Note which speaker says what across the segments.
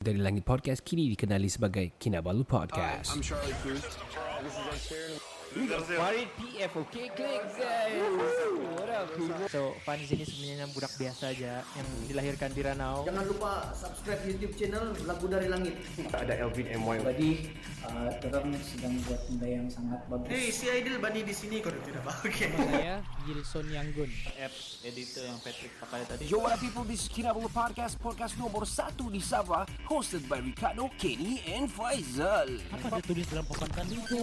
Speaker 1: Dari Langit Podcast kini dikenali sebagai Kinabalu Podcast.
Speaker 2: I'm Charlie Cruz. This is
Speaker 3: So Fani sini sebenarnya budak biasa aja yang dilahirkan di Ranau.
Speaker 4: Jangan lupa subscribe YouTube channel Lagu Dari Langit.
Speaker 5: Jadi uh, orang sedang buat benda yang sangat bagus.
Speaker 4: Hei, Eh, si Aidil Bani di sini kalau tidak pakai.
Speaker 3: Saya Gilson Yanggun.
Speaker 1: Yo what up, people, this is Kinabalu Podcast, podcast nomor 1 di Sabah, hosted by Ricardo, Kenny, and Faizal. Apa dia tulis dalam papan itu?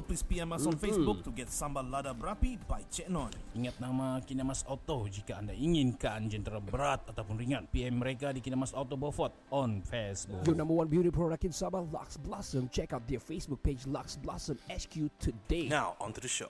Speaker 6: please PM us on
Speaker 7: Mm-hmm.
Speaker 6: Facebook to get Sambal Lada Berapi by Cik Non. Ingat nama Kinamas Auto jika anda inginkan jentera berat ataupun ringan. PM mereka di Kinamas Auto Beaufort on Facebook.
Speaker 1: Your number one beauty product in Sabah, Lux Blossom. Check out their Facebook page, Lux Blossom HQ today.
Speaker 6: Now, onto the show.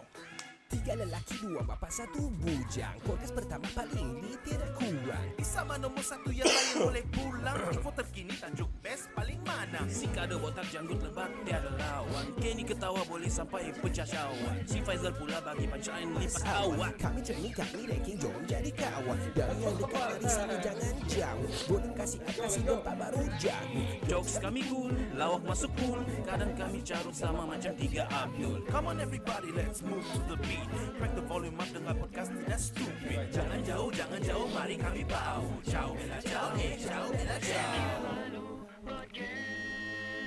Speaker 1: Tiga lelaki, dua bapa, satu bujang. Podcast pertama paling di tidak kurang.
Speaker 8: Sama nombor satu yang lain boleh pulang Info terkini Tanjung Best paling mana Si kado botak janggut lebat tiada lawan Kenny ketawa boleh sampai pecah syawak Si Faizal pula bagi punchline lipat awak
Speaker 1: Kami cermin, kami ranking, jom jadi kawan. Dari yang dekat dari sana jangan jauh. Boleh kasih akasi gempa baru jago.
Speaker 8: Jokes kami cool, lawak masuk pool Kadang kami carut sama macam tiga Abdul Come on everybody let's move to the beat Crack the volume up dengar podcast tidak stupid Jangan jauh, jangan jauh mari kami bau Ciao, bella ciao, eh ciao, bella ciao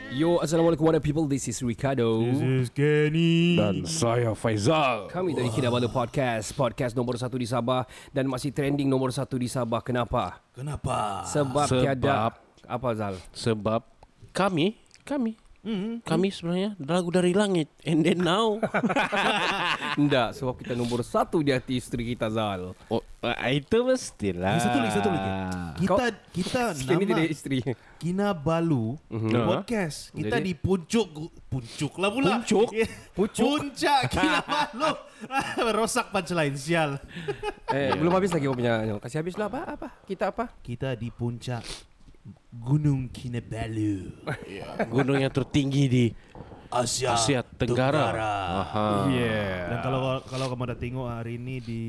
Speaker 1: Yo, assalamualaikum warahmatullahi people. This is Ricardo.
Speaker 6: This is Kenny.
Speaker 1: Kami dari Kinabalu Podcast Podcast nombor satu di Sabah Dan masih trending nombor satu di Sabah Kenapa?
Speaker 6: Kenapa?
Speaker 1: Sebab,
Speaker 9: sebab-
Speaker 1: tiada Apa Zal?
Speaker 9: Sebab kami, kami,
Speaker 8: Mm-hmm.
Speaker 9: kami sebenarnya lagu dari langit. And then now,
Speaker 1: Tidak Sebab kita nombor satu di hati isteri kita Zal
Speaker 9: oh, ah, itu mestilah.
Speaker 7: Satu lagi, satu lagi. Kita kita
Speaker 1: Ini
Speaker 7: nama
Speaker 1: tidak isteri
Speaker 7: Kinabalu podcast. Kita
Speaker 1: Jadi-
Speaker 7: di puncuk gu- puncuk lah pula.
Speaker 9: Puncuk?
Speaker 7: puncuk. Puncak Kinabalu. Rosak punchline sial.
Speaker 1: eh, Belum habis lagi kau punya Kasih habis lah apa? apa? Kita apa?
Speaker 7: Kita di puncak Gunung Kinabalu.
Speaker 6: Eh,
Speaker 9: Gunung yang tertinggi di
Speaker 7: Asia,
Speaker 9: Asia Tenggara. Aha.
Speaker 7: Dan kalau kalau kamu udah tengok ah, hari ini di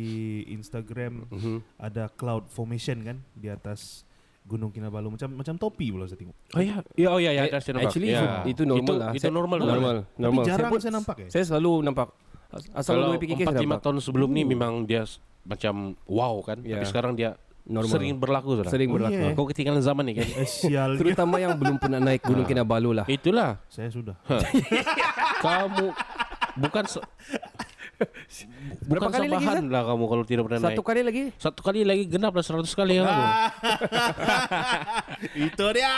Speaker 7: Instagram ada cloud formation kan di atas Gunung Kinabalu macam macam topi pula saya tengok.
Speaker 9: Oh ya, ya oh ya ya.
Speaker 1: Eh,
Speaker 9: dah saya nampak.
Speaker 1: actually
Speaker 9: ya.
Speaker 1: itu, itu normal
Speaker 9: itu,
Speaker 1: lah
Speaker 9: Itu
Speaker 1: Saya-
Speaker 9: normal.
Speaker 1: Normal, normal.
Speaker 7: Tapi jarang
Speaker 1: pun-
Speaker 7: saya, nampak ya.
Speaker 1: Saya selalu nampak As- Asal
Speaker 9: Kalau
Speaker 1: lalu PKK saya
Speaker 9: empat lima
Speaker 1: nampak
Speaker 9: tahun sebelum ni memang dia s- macam wow kan.
Speaker 1: Hmm. Ya.
Speaker 9: Tapi sekarang dia
Speaker 1: Normal.
Speaker 9: sering berlaku sudah.
Speaker 1: Sering
Speaker 7: Oh,
Speaker 1: berlaku
Speaker 7: iya.
Speaker 9: Kau ketinggalan zaman ni kan.
Speaker 7: Eh, sialnya.
Speaker 1: Terutama yang belum pernah naik
Speaker 9: Ah.
Speaker 1: Gunung Kinabalu lah
Speaker 9: Itulah.
Speaker 7: Saya sudah.
Speaker 9: Kamu bukan se-
Speaker 1: Berapa
Speaker 9: bukan
Speaker 1: kali lagi,
Speaker 9: sabahan lah kamu kalau tidak pernah naik.
Speaker 1: Satu kali lagi
Speaker 9: Satu kali lagi genap lah seratus kali ya yang lalu.
Speaker 7: Itu dia.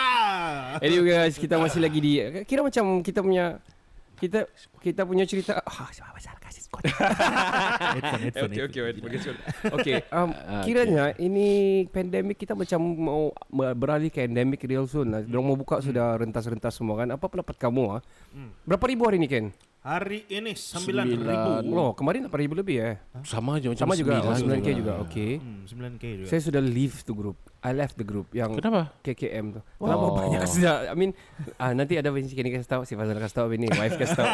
Speaker 1: Anyway guys, kita masih lagi di kira macam kita punya kita kita punya cerita. Ah, siapa salah kasih skor.
Speaker 7: Headphone, headphone,
Speaker 1: Okey okey,
Speaker 7: headphone.
Speaker 1: wait, forget sorry. Okey,
Speaker 9: Ah,
Speaker 1: um, kiranya ini pandemik kita macam mau beralih ke endemic real soon lah. Dorang mau
Speaker 9: Hmm.
Speaker 1: buka sudah rentas-rentas semua kan. Apa pendapat kamu ah? Berapa ribu hari ni Ken?
Speaker 7: Hari ini 9.000
Speaker 1: Loh, kemarin 8 ribu lebih eh.
Speaker 9: Sama aja Oh. Ah, macam
Speaker 1: Sama juga oh, 9k
Speaker 9: sembilan. gitu. lah.
Speaker 1: juga. Okey.
Speaker 7: Hmm, 9K juga
Speaker 1: Saya sudah leave tu group. I left the group yang
Speaker 9: Kenapa?
Speaker 1: KKM tu. Kenapa banyak sudah? I mean, ah, nanti ada Vinci kini kasih tahu, si Fazal kasih tahu, ini wife kasih tahu.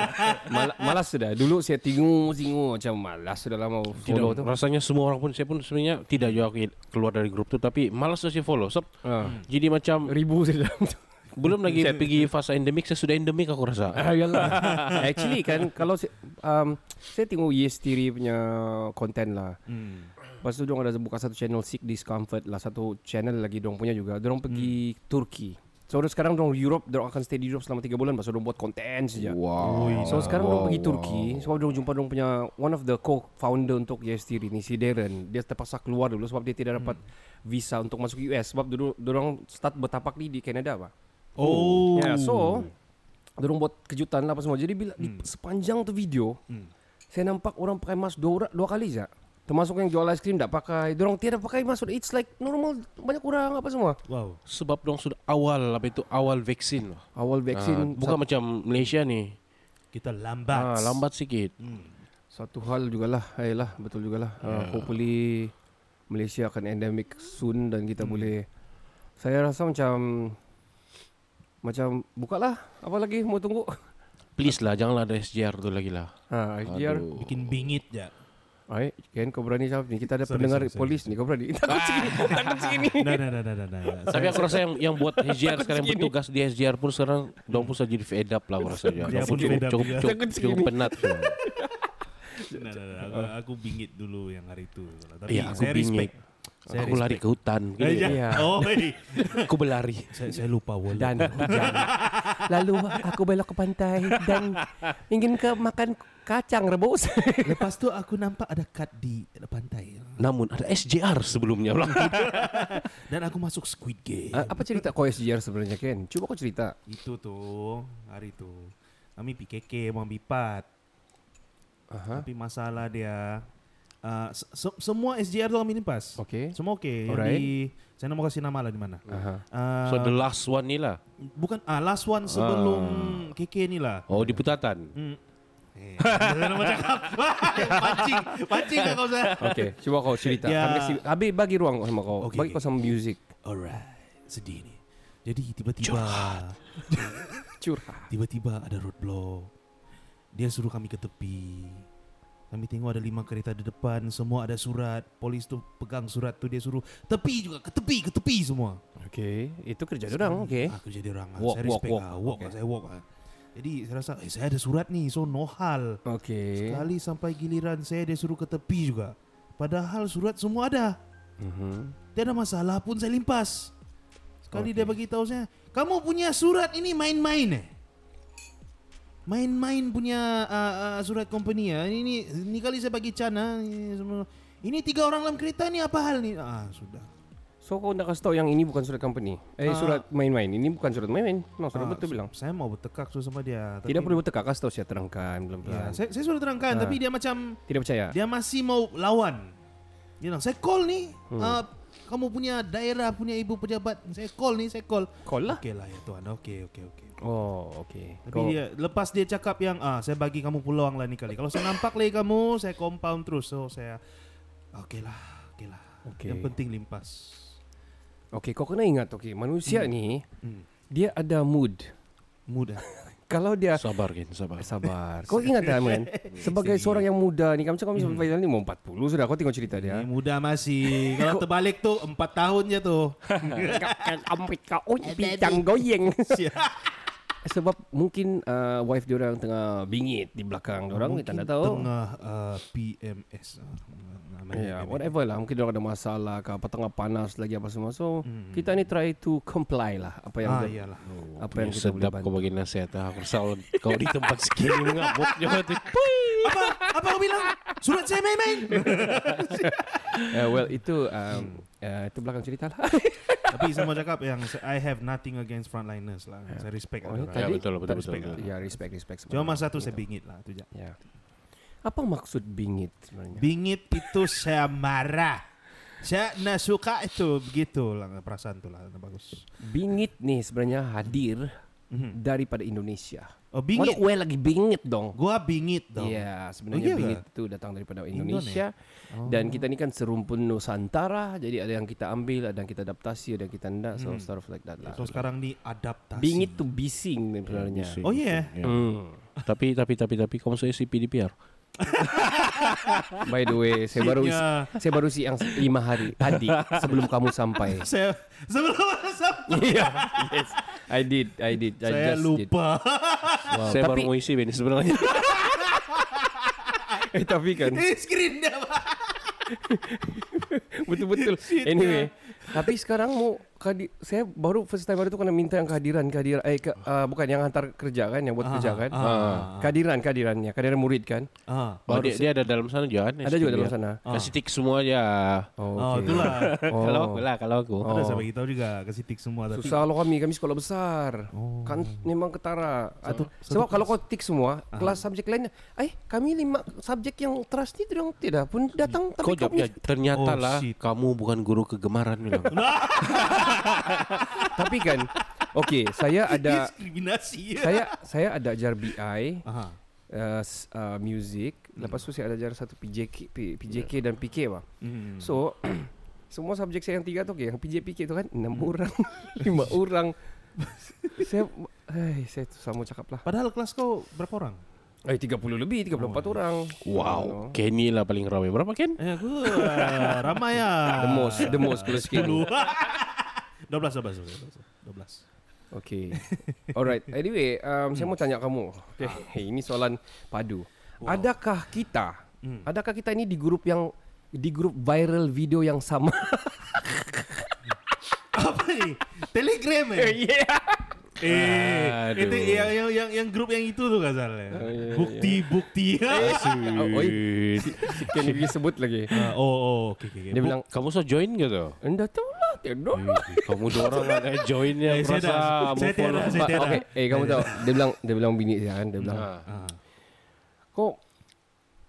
Speaker 1: Mal- malas sudah. Dulu saya tingu singu macam malas sudah lama
Speaker 9: Tidak,
Speaker 1: follow tu.
Speaker 9: rasanya semua orang pun saya pun sebenarnya tidak juga aku keluar dari grup tu tapi malas saya follow. Sob.
Speaker 1: Ah.
Speaker 9: Jadi macam
Speaker 1: Ribu sudah.
Speaker 9: belum lagi pergi fase endemik saya sudah endemik aku rasa.
Speaker 1: ah, yalah. Actually kan kalau saya, um, saya tengok Yes Theory punya content lah. Hmm. Lepas tu diorang ada buka satu channel Sick Discomfort lah Satu channel lagi diorang punya juga Diorang pergi Turki So sekarang diorang Europe Diorang akan stay di Europe selama 3 bulan Lepas tu diorang buat content saja
Speaker 9: Wow.
Speaker 1: So sekarang wow, pergi Turki Sebab diorang jumpa diorang punya One of the co-founder untuk Yes Theory ni Si Darren Dia terpaksa keluar dulu Sebab dia tidak dapat visa untuk masuk US Sebab dulu diorang start bertapak ni di Kanada pak
Speaker 7: Oh
Speaker 1: Ya, yeah, so dorong buat kejutan
Speaker 7: Hmm.
Speaker 1: lah apa semua. Jadi bila di, sepanjang tu video, saya nampak orang pakai mask dua, ora- dua kali saja. Termasuk yang jual ice cream tak pakai. Dorong tiada pakai masuk. It's like normal banyak kurang apa semua.
Speaker 7: Wow.
Speaker 9: Sebab dong sudah awal apa itu awal vaksin loh.
Speaker 1: Awal vaksin
Speaker 9: Ah, bukan macam Malaysia nih.
Speaker 7: Kita lambat.
Speaker 9: Ah, lambat sikit.
Speaker 1: Satu hal jugalah, ayolah betul jugalah. Uh,
Speaker 7: Ya.
Speaker 1: hopefully Malaysia akan endemic soon dan kita
Speaker 7: Hmm.
Speaker 1: boleh saya rasa macam macam bukalah apa lagi mau tunggu.
Speaker 9: Please lah janganlah ada SJR tu lagi lah.
Speaker 1: Ha, IGR.
Speaker 7: Bikin bingit ya.
Speaker 1: Baik, Ken kau berani jawab ni. Kita ada
Speaker 7: Sorry,
Speaker 1: pendengar
Speaker 7: sorry, Ah. sorry,
Speaker 1: polis ni, kau berani. Takut sini, takut sini.
Speaker 7: Nah, nah, nah, nah, nah, nah.
Speaker 9: Tapi aku rasa yang yang buat SJR sekarang bertugas di SJR pun sekarang dong pun sudah jadi fed up lah aku rasa ya.
Speaker 7: Dia
Speaker 9: Dorang
Speaker 7: pun
Speaker 9: pun cukup
Speaker 7: fed up
Speaker 9: cukup
Speaker 7: juga.
Speaker 9: cukup, cukup penat. tu.
Speaker 7: Nah, nah, nah, aku, aku bingit dulu yang hari itu. Tapi
Speaker 9: Iya, aku
Speaker 7: saya
Speaker 9: bingit.
Speaker 7: respect. Saya
Speaker 9: Aku lari ke hutan.
Speaker 7: Eh,
Speaker 9: Gini.
Speaker 7: ya. Oh, hey.
Speaker 9: Aku berlari.
Speaker 7: saya, saya lupa wala.
Speaker 1: Dan hujan. Lalu aku belok ke pantai dan ingin ke makan kacang rebus.
Speaker 7: Lepas tu aku nampak ada kad di pantai.
Speaker 9: Namun ada SJR sebelumnya lah.
Speaker 7: Dan aku masuk Squid Game.
Speaker 1: Ah, apa cerita kau SGR sebenarnya Ken? Cuba kau cerita.
Speaker 7: Itu tuh hari itu. Kami PKK mau bipat.
Speaker 1: Aha.
Speaker 7: Tapi masalah dia uh, se- se- semua SJR tuh kami nimpas.
Speaker 1: Okey.
Speaker 7: Semua oke. Yang
Speaker 1: Alright. Ah.
Speaker 7: Di saya nggak mau kasih nama lah di mana.
Speaker 1: Aha.
Speaker 7: Uh,
Speaker 9: So the last one ni lah.
Speaker 7: bukan ah last one sebelum
Speaker 1: Ah.
Speaker 7: KK ni lah.
Speaker 9: Oh di Putatan.
Speaker 1: Hmm.
Speaker 7: Eh, jangan mau cakap. pancing, pancing lah kau saya.
Speaker 1: Okay, cuba kau cerita.
Speaker 7: Ya.
Speaker 1: Habis, habis bagi ruang sama kau.
Speaker 7: Okey,
Speaker 1: bagi
Speaker 7: okey.
Speaker 1: kau sama music.
Speaker 7: Alright, sedih nih. Jadi tiba-tiba
Speaker 1: Curhat.
Speaker 7: tiba-tiba ada roadblock. Dia suruh kami ke tepi. Kami tengok ada lima kereta di depan, semua ada surat. Polis tuh pegang surat tuh dia suruh tepi juga, ke tepi, ke tepi semua.
Speaker 1: Okay, itu kerja orang. Okay.
Speaker 7: Ah, kerja dia orang. ah.
Speaker 1: Walk,
Speaker 7: saya
Speaker 1: walk,
Speaker 7: respect
Speaker 1: walk.
Speaker 7: ah. walk, ah, saya walk. ah. Jadi saya rasa, eh, saya ada surat nih, so no hal.
Speaker 1: Okay.
Speaker 7: Sekali sampai giliran saya dia suruh ke tepi juga. Padahal surat semua ada.
Speaker 1: Mhm.
Speaker 7: Dia ada masalah pun saya limpas. Sekali dia bagi tahu saya, kamu punya surat ini main-main eh. Main-main punya ah, ah, surat company ya. Ini, ini ini kali saya bagi cana ini, semua. Ini tiga orang dalam kereta ini apa hal nih? Ah sudah.
Speaker 1: So kau nak kasih tahu yang ini bukan surat company. Eh surat main-main. Ini bukan surat main-main. No, sudah
Speaker 7: Ah,
Speaker 1: betul bilang.
Speaker 7: Saya mau bertekak tu sama dia. tapi-
Speaker 1: Tidak perlu Ah. bertekak. Kasih tahu saya terangkan
Speaker 7: Ya,
Speaker 1: pelan-pelan.
Speaker 7: saya, saya sudah terangkan tapi dia macam
Speaker 1: Tidak percaya.
Speaker 7: Dia masih mau lawan. Dia bilang, saya call nih.
Speaker 1: Hmm.
Speaker 7: ah, kamu punya daerah, punya ibu pejabat. Saya call nih, saya call.
Speaker 1: Call lah.
Speaker 7: Oke lah ya Tuhan, oke, oke, oke.
Speaker 1: Oh, okay.
Speaker 7: Tapi
Speaker 1: Kau,
Speaker 7: dia lepas dia cakap yang ah saya bagi kamu peluang lah nih kali. Kalau saya nampak lagi kamu, saya compound terus. So saya oke lah, oke lah.
Speaker 1: Oke.
Speaker 7: Yang penting limpas.
Speaker 1: okay, kau kena ingat. Okay,
Speaker 7: Hmm.
Speaker 1: manusia ni dia ada mood.
Speaker 7: Mudah.
Speaker 1: Kalau dia
Speaker 9: Sabar kan, sabar.
Speaker 1: sabar. Kau ingat tak man? Sebagai seorang yang muda ni, kamu cakap kamu Faizal ni mau 40 sudah. Kau tengok cerita
Speaker 7: Ini
Speaker 1: dia.
Speaker 7: muda masih. Kalau terbalik tuh 4 tahun ya tuh.
Speaker 1: Ampit kan, kau bidang goyeng. Sebab mungkin uh, wife diorang tengah bingit di belakang diorang kita tak tahu.
Speaker 7: Tengah ah, PMS. Ah, nama dia
Speaker 1: Ya, yeah,
Speaker 7: PMS.
Speaker 1: whatever lah. Mungkin diorang ada masalah ke apa tengah panas lagi apa semua. So, kita ni try to comply lah apa yang
Speaker 7: Ah
Speaker 1: dia-
Speaker 7: iyalah.
Speaker 1: apa yang
Speaker 9: Yang
Speaker 1: kita boleh
Speaker 9: sedap
Speaker 1: bantu.
Speaker 9: kau bagi nasihat ah, Aku rasa kalau kau di tempat segini Mengabut juga tu
Speaker 7: apa apa kau bilang surat saya main-main
Speaker 1: Eh, well, itu um, eh, itu belakang cerita lah.
Speaker 7: tapi semua cakap yang I have nothing against frontliners lah saya respect
Speaker 1: Oh,
Speaker 7: oh,
Speaker 1: tadi-
Speaker 9: Ya betul betul betul,
Speaker 7: respect
Speaker 9: betul.
Speaker 1: ya, respect respect. semua.
Speaker 7: cuma masa tu saya bingit lah tu je
Speaker 1: Ya. Apa maksud bingit sebenarnya?
Speaker 7: bingit itu saya marah saya nak suka itu begitu lah perasaan tu lah bagus
Speaker 1: Bingit ni sebenarnya hadir daripada Indonesia.
Speaker 7: oh
Speaker 1: Bingit.
Speaker 7: Mhm. bingit
Speaker 1: Mana lagi bingit dong?
Speaker 7: gua
Speaker 1: Ya,
Speaker 7: bingit dong
Speaker 1: sebenarnya
Speaker 7: Oh, iya Oh.
Speaker 1: bingit itu datang daripada Indonesia dan kita ni kan serumpun Nusantara, jadi ada yang kita ambil, ada yang kita adaptasi, ada yang kita ndak, so stuff like that lah.
Speaker 7: Hmm. so sekarang ni adaptasi
Speaker 1: Bingit tu bising ni sebenarnya.
Speaker 9: Bising.
Speaker 7: oh iya
Speaker 9: Ya. Tapi tapi tapi tapi Kau maksudnya si PDPR
Speaker 1: By the way, saya baru
Speaker 7: Ya.
Speaker 1: saya baru siang lima hari tadi sebelum kamu sampai.
Speaker 7: saya sebelum sampai
Speaker 1: Iya, yes. I did, I did. I
Speaker 7: saya
Speaker 1: just did.
Speaker 7: lupa
Speaker 1: Wow.
Speaker 9: Saya
Speaker 1: tapi
Speaker 9: baru mau isi ini sebenarnya
Speaker 1: eh, tapi kan
Speaker 7: ini screen dia Pak.
Speaker 1: betul-betul. Anyway, ya. tapi sekarang mau kehadi- saya baru first time baru itu kena minta yang kehadiran kehadiran eh ke- ah, bukan yang hantar kerja kan yang buat kerja kan.
Speaker 7: ah,
Speaker 1: Ah. Kehadiran kehadirannya, kehadiran murid kan.
Speaker 7: Ah.
Speaker 9: Oh,
Speaker 1: Baru
Speaker 9: dia, dia ada dalam sana juga kan?
Speaker 1: Ada juga dalam
Speaker 9: STB, ya?
Speaker 1: sana.
Speaker 9: Kasih tik semua aja.
Speaker 7: Oh,
Speaker 1: Okey.
Speaker 7: itulah.
Speaker 9: Eh, Kalau aku lah, kalau aku.
Speaker 7: Ada
Speaker 1: Oh.
Speaker 7: saya bagi tahu juga kasih tik semua tapi.
Speaker 1: Susah loh kami, kami sekolah besar.
Speaker 7: Oh.
Speaker 1: Kan memang ketara. Atau sebab kalau kau tik semua,
Speaker 7: Ah.
Speaker 1: kelas subjek lainnya, eh kami lima subjek yang trust itu dong tidak pun datang tapi kau
Speaker 9: Kau jawabnya
Speaker 1: punya-
Speaker 9: ternyata
Speaker 7: Oh,
Speaker 9: lah
Speaker 7: shit.
Speaker 9: kamu bukan guru kegemaran bilang.
Speaker 1: tapi kan Okey, saya ada
Speaker 7: diskriminasi ya.
Speaker 1: saya saya ada ajar BI,
Speaker 7: Aha.
Speaker 1: uh, s- uh, music, lepas tu saya ada ajar satu PJK P- PJK dan PK lah.
Speaker 7: Hmm.
Speaker 1: So semua subjek saya yang tiga tu okey, yang PJPK tu kan enam orang, lima orang. saya eh saya tu sama cakap lah.
Speaker 7: Padahal kelas kau berapa orang?
Speaker 1: Eh 30 lebih 34 orang. Oh.
Speaker 9: wow, Kenny lah paling ramai. Berapa Ken?
Speaker 7: Eh aku eh, ramai ya.
Speaker 9: lah.
Speaker 1: The most, the most kalau sikit.
Speaker 7: 10. 12 12 12.
Speaker 1: Okay. Alright. Anyway, um, saya mau tanya kamu. Okay. Ini soalan padu. Adakah kita, adakah kita ini di grup yang di grup viral video yang sama?
Speaker 7: Apa nih? Telegram ya?
Speaker 9: Eh,
Speaker 1: Iya.
Speaker 7: Eh,
Speaker 9: Aduh.
Speaker 7: itu yang, yang yang yang grup yang itu tuh gak salah. bukti bukti.
Speaker 1: oh, oi. Si Ken dia sebut lagi.
Speaker 7: Ah, oh, oh, oke oke. oke.
Speaker 1: Dia bilang,
Speaker 9: Kamu so join gitu?
Speaker 1: anda tahu lah, tidak lah.
Speaker 9: Kamu dorong lah eh, joinnya
Speaker 7: Eh, saya
Speaker 9: merasa
Speaker 7: dah-
Speaker 9: mau
Speaker 7: saya tiada,
Speaker 9: follow.
Speaker 7: saya
Speaker 1: Pak,
Speaker 7: tiada.
Speaker 1: Okay. Eh, kamu tahu. Dia bilang, dia bilang bini saya kan. Dia bilang,
Speaker 9: Ah.
Speaker 1: kok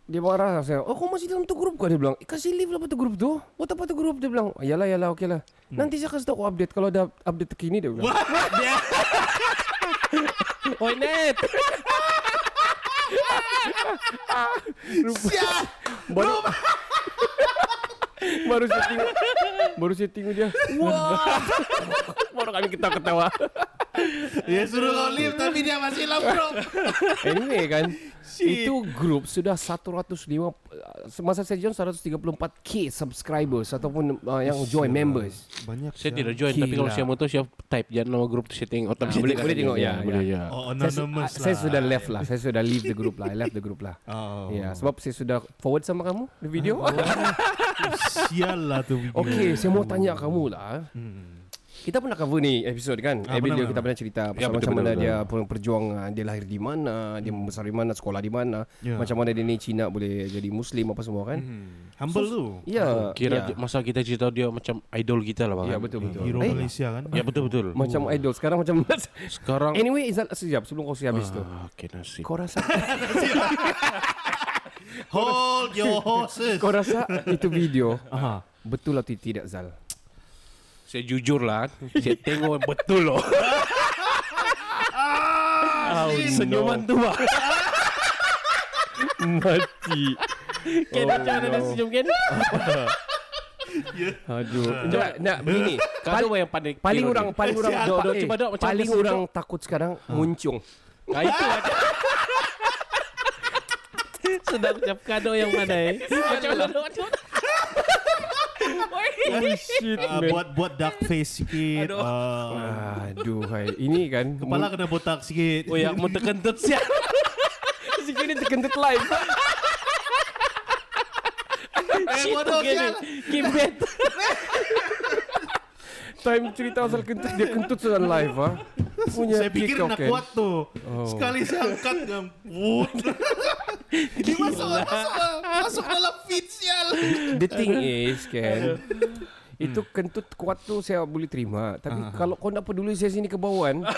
Speaker 1: dia marah sama saya. Oh, kau masih dalam tu grup kau? Dia bilang, eh, kasih live lah tu grup tu. Buat apa tu grup? Dia bilang, yalah, yalah, okey lah. Nanti saya kasih tahu kau update. Kalau ada update terkini, dia bilang. Oi, net.
Speaker 7: Siap.
Speaker 1: Baru, baru saya tengok. Baru saya tengok dia. baru kami ketawa-ketawa.
Speaker 7: Ya suruh kau live tapi dia masih lapro.
Speaker 1: Anyway kan
Speaker 7: Shit.
Speaker 1: Itu grup sudah 105 Masa saya join 134k subscribers Ataupun uh, yang join members
Speaker 7: Banyak.
Speaker 9: Saya
Speaker 7: sial.
Speaker 9: tidak join tapi kalau
Speaker 1: Gila.
Speaker 9: saya mau tahu saya type jangan nama grup tu setting otak
Speaker 1: Ah, boleh- boleh tengok, ya,
Speaker 9: boleh
Speaker 1: ya.
Speaker 9: ya.
Speaker 7: Oh,
Speaker 1: saya, su-
Speaker 7: anonymous
Speaker 1: ah, saya
Speaker 7: lah.
Speaker 1: sudah left lah Saya sudah leave the group lah I left the group lah
Speaker 7: Oh.
Speaker 1: Ya, sebab saya sudah forward sama kamu the video.
Speaker 7: Sial lah tuh. video. Hmm,
Speaker 1: Okey, saya mau tanya kamu lah. Kita pernah cover ni episode kan?
Speaker 7: Ah,
Speaker 1: Eh,
Speaker 7: pernah, Ya,
Speaker 1: video
Speaker 7: pernah,
Speaker 1: kita pernah cerita pasal
Speaker 9: betul,
Speaker 1: macam
Speaker 9: betul,
Speaker 1: mana
Speaker 9: betul.
Speaker 1: dia per- perjuangan, dia lahir di mana, dia membesar di mana, sekolah di mana,
Speaker 7: Hmm. Ya. Hmm,
Speaker 1: macam mana dia ni Cina boleh jadi muslim apa semua kan?
Speaker 7: Humble lu.
Speaker 1: Ya.
Speaker 9: Kira
Speaker 1: ya.
Speaker 9: j- masa kita cerita dia macam idol kita lah bang.
Speaker 1: Ya betul betul.
Speaker 7: Hero
Speaker 1: Eh,
Speaker 7: Malaysia kan.
Speaker 9: Ya betul betul.
Speaker 1: macam idol sekarang macam
Speaker 9: Sekarang
Speaker 1: anyway Izal sekejap sebelum kau habis tu.
Speaker 9: Ah, okay, nasib.
Speaker 1: Kau rasa
Speaker 7: Hold your horses.
Speaker 1: kau rasa itu video
Speaker 7: Aha.
Speaker 1: betul atau tidak Zal?
Speaker 9: Saya jujur lah, saya tengok betul loh.
Speaker 1: Oh, Senyuman tu bah. Mati.
Speaker 9: Ken, macam mana dia senyum Ken?
Speaker 1: Aduh. Nak nak begini.
Speaker 9: Kau yang pandai.
Speaker 1: Paling
Speaker 9: kira
Speaker 1: orang
Speaker 9: dia.
Speaker 1: paling orang
Speaker 9: Siapa?
Speaker 1: dok, dok,
Speaker 9: Eh,
Speaker 1: cuba dok, macam paling
Speaker 9: apa sih,
Speaker 1: orang takut sekarang
Speaker 7: Ha.
Speaker 1: muncung.
Speaker 9: Nah, itu macam. Sedang ucap kado yang mana eh? Macam mana dok? Macam mana?
Speaker 1: Shit
Speaker 7: Ah, buat buat dark face sikit. Ah,
Speaker 1: Aduh hai. Ini kan
Speaker 7: kepala kena botak sikit.
Speaker 1: iya,
Speaker 7: Eh,
Speaker 9: Oh ya, mau tekentut sih.
Speaker 1: segini terkentut live.
Speaker 7: Shit, bodoh sial.
Speaker 9: Kimbet.
Speaker 1: Time cerita asal kentut dia kentut sudah live ah. Punya kan. Oh.
Speaker 7: Saya pikir
Speaker 1: kick,
Speaker 7: nak
Speaker 1: okay.
Speaker 7: kuat tuh. Sekali saya angkat yang wut. Dia masuk, masuk, masuk dalam feed sial.
Speaker 1: The thing is kan Itu
Speaker 7: Hmm.
Speaker 1: kentut kuat tu saya boleh terima Tapi kalau kau nak peduli saya sini ke kan, bawahan
Speaker 7: Ah.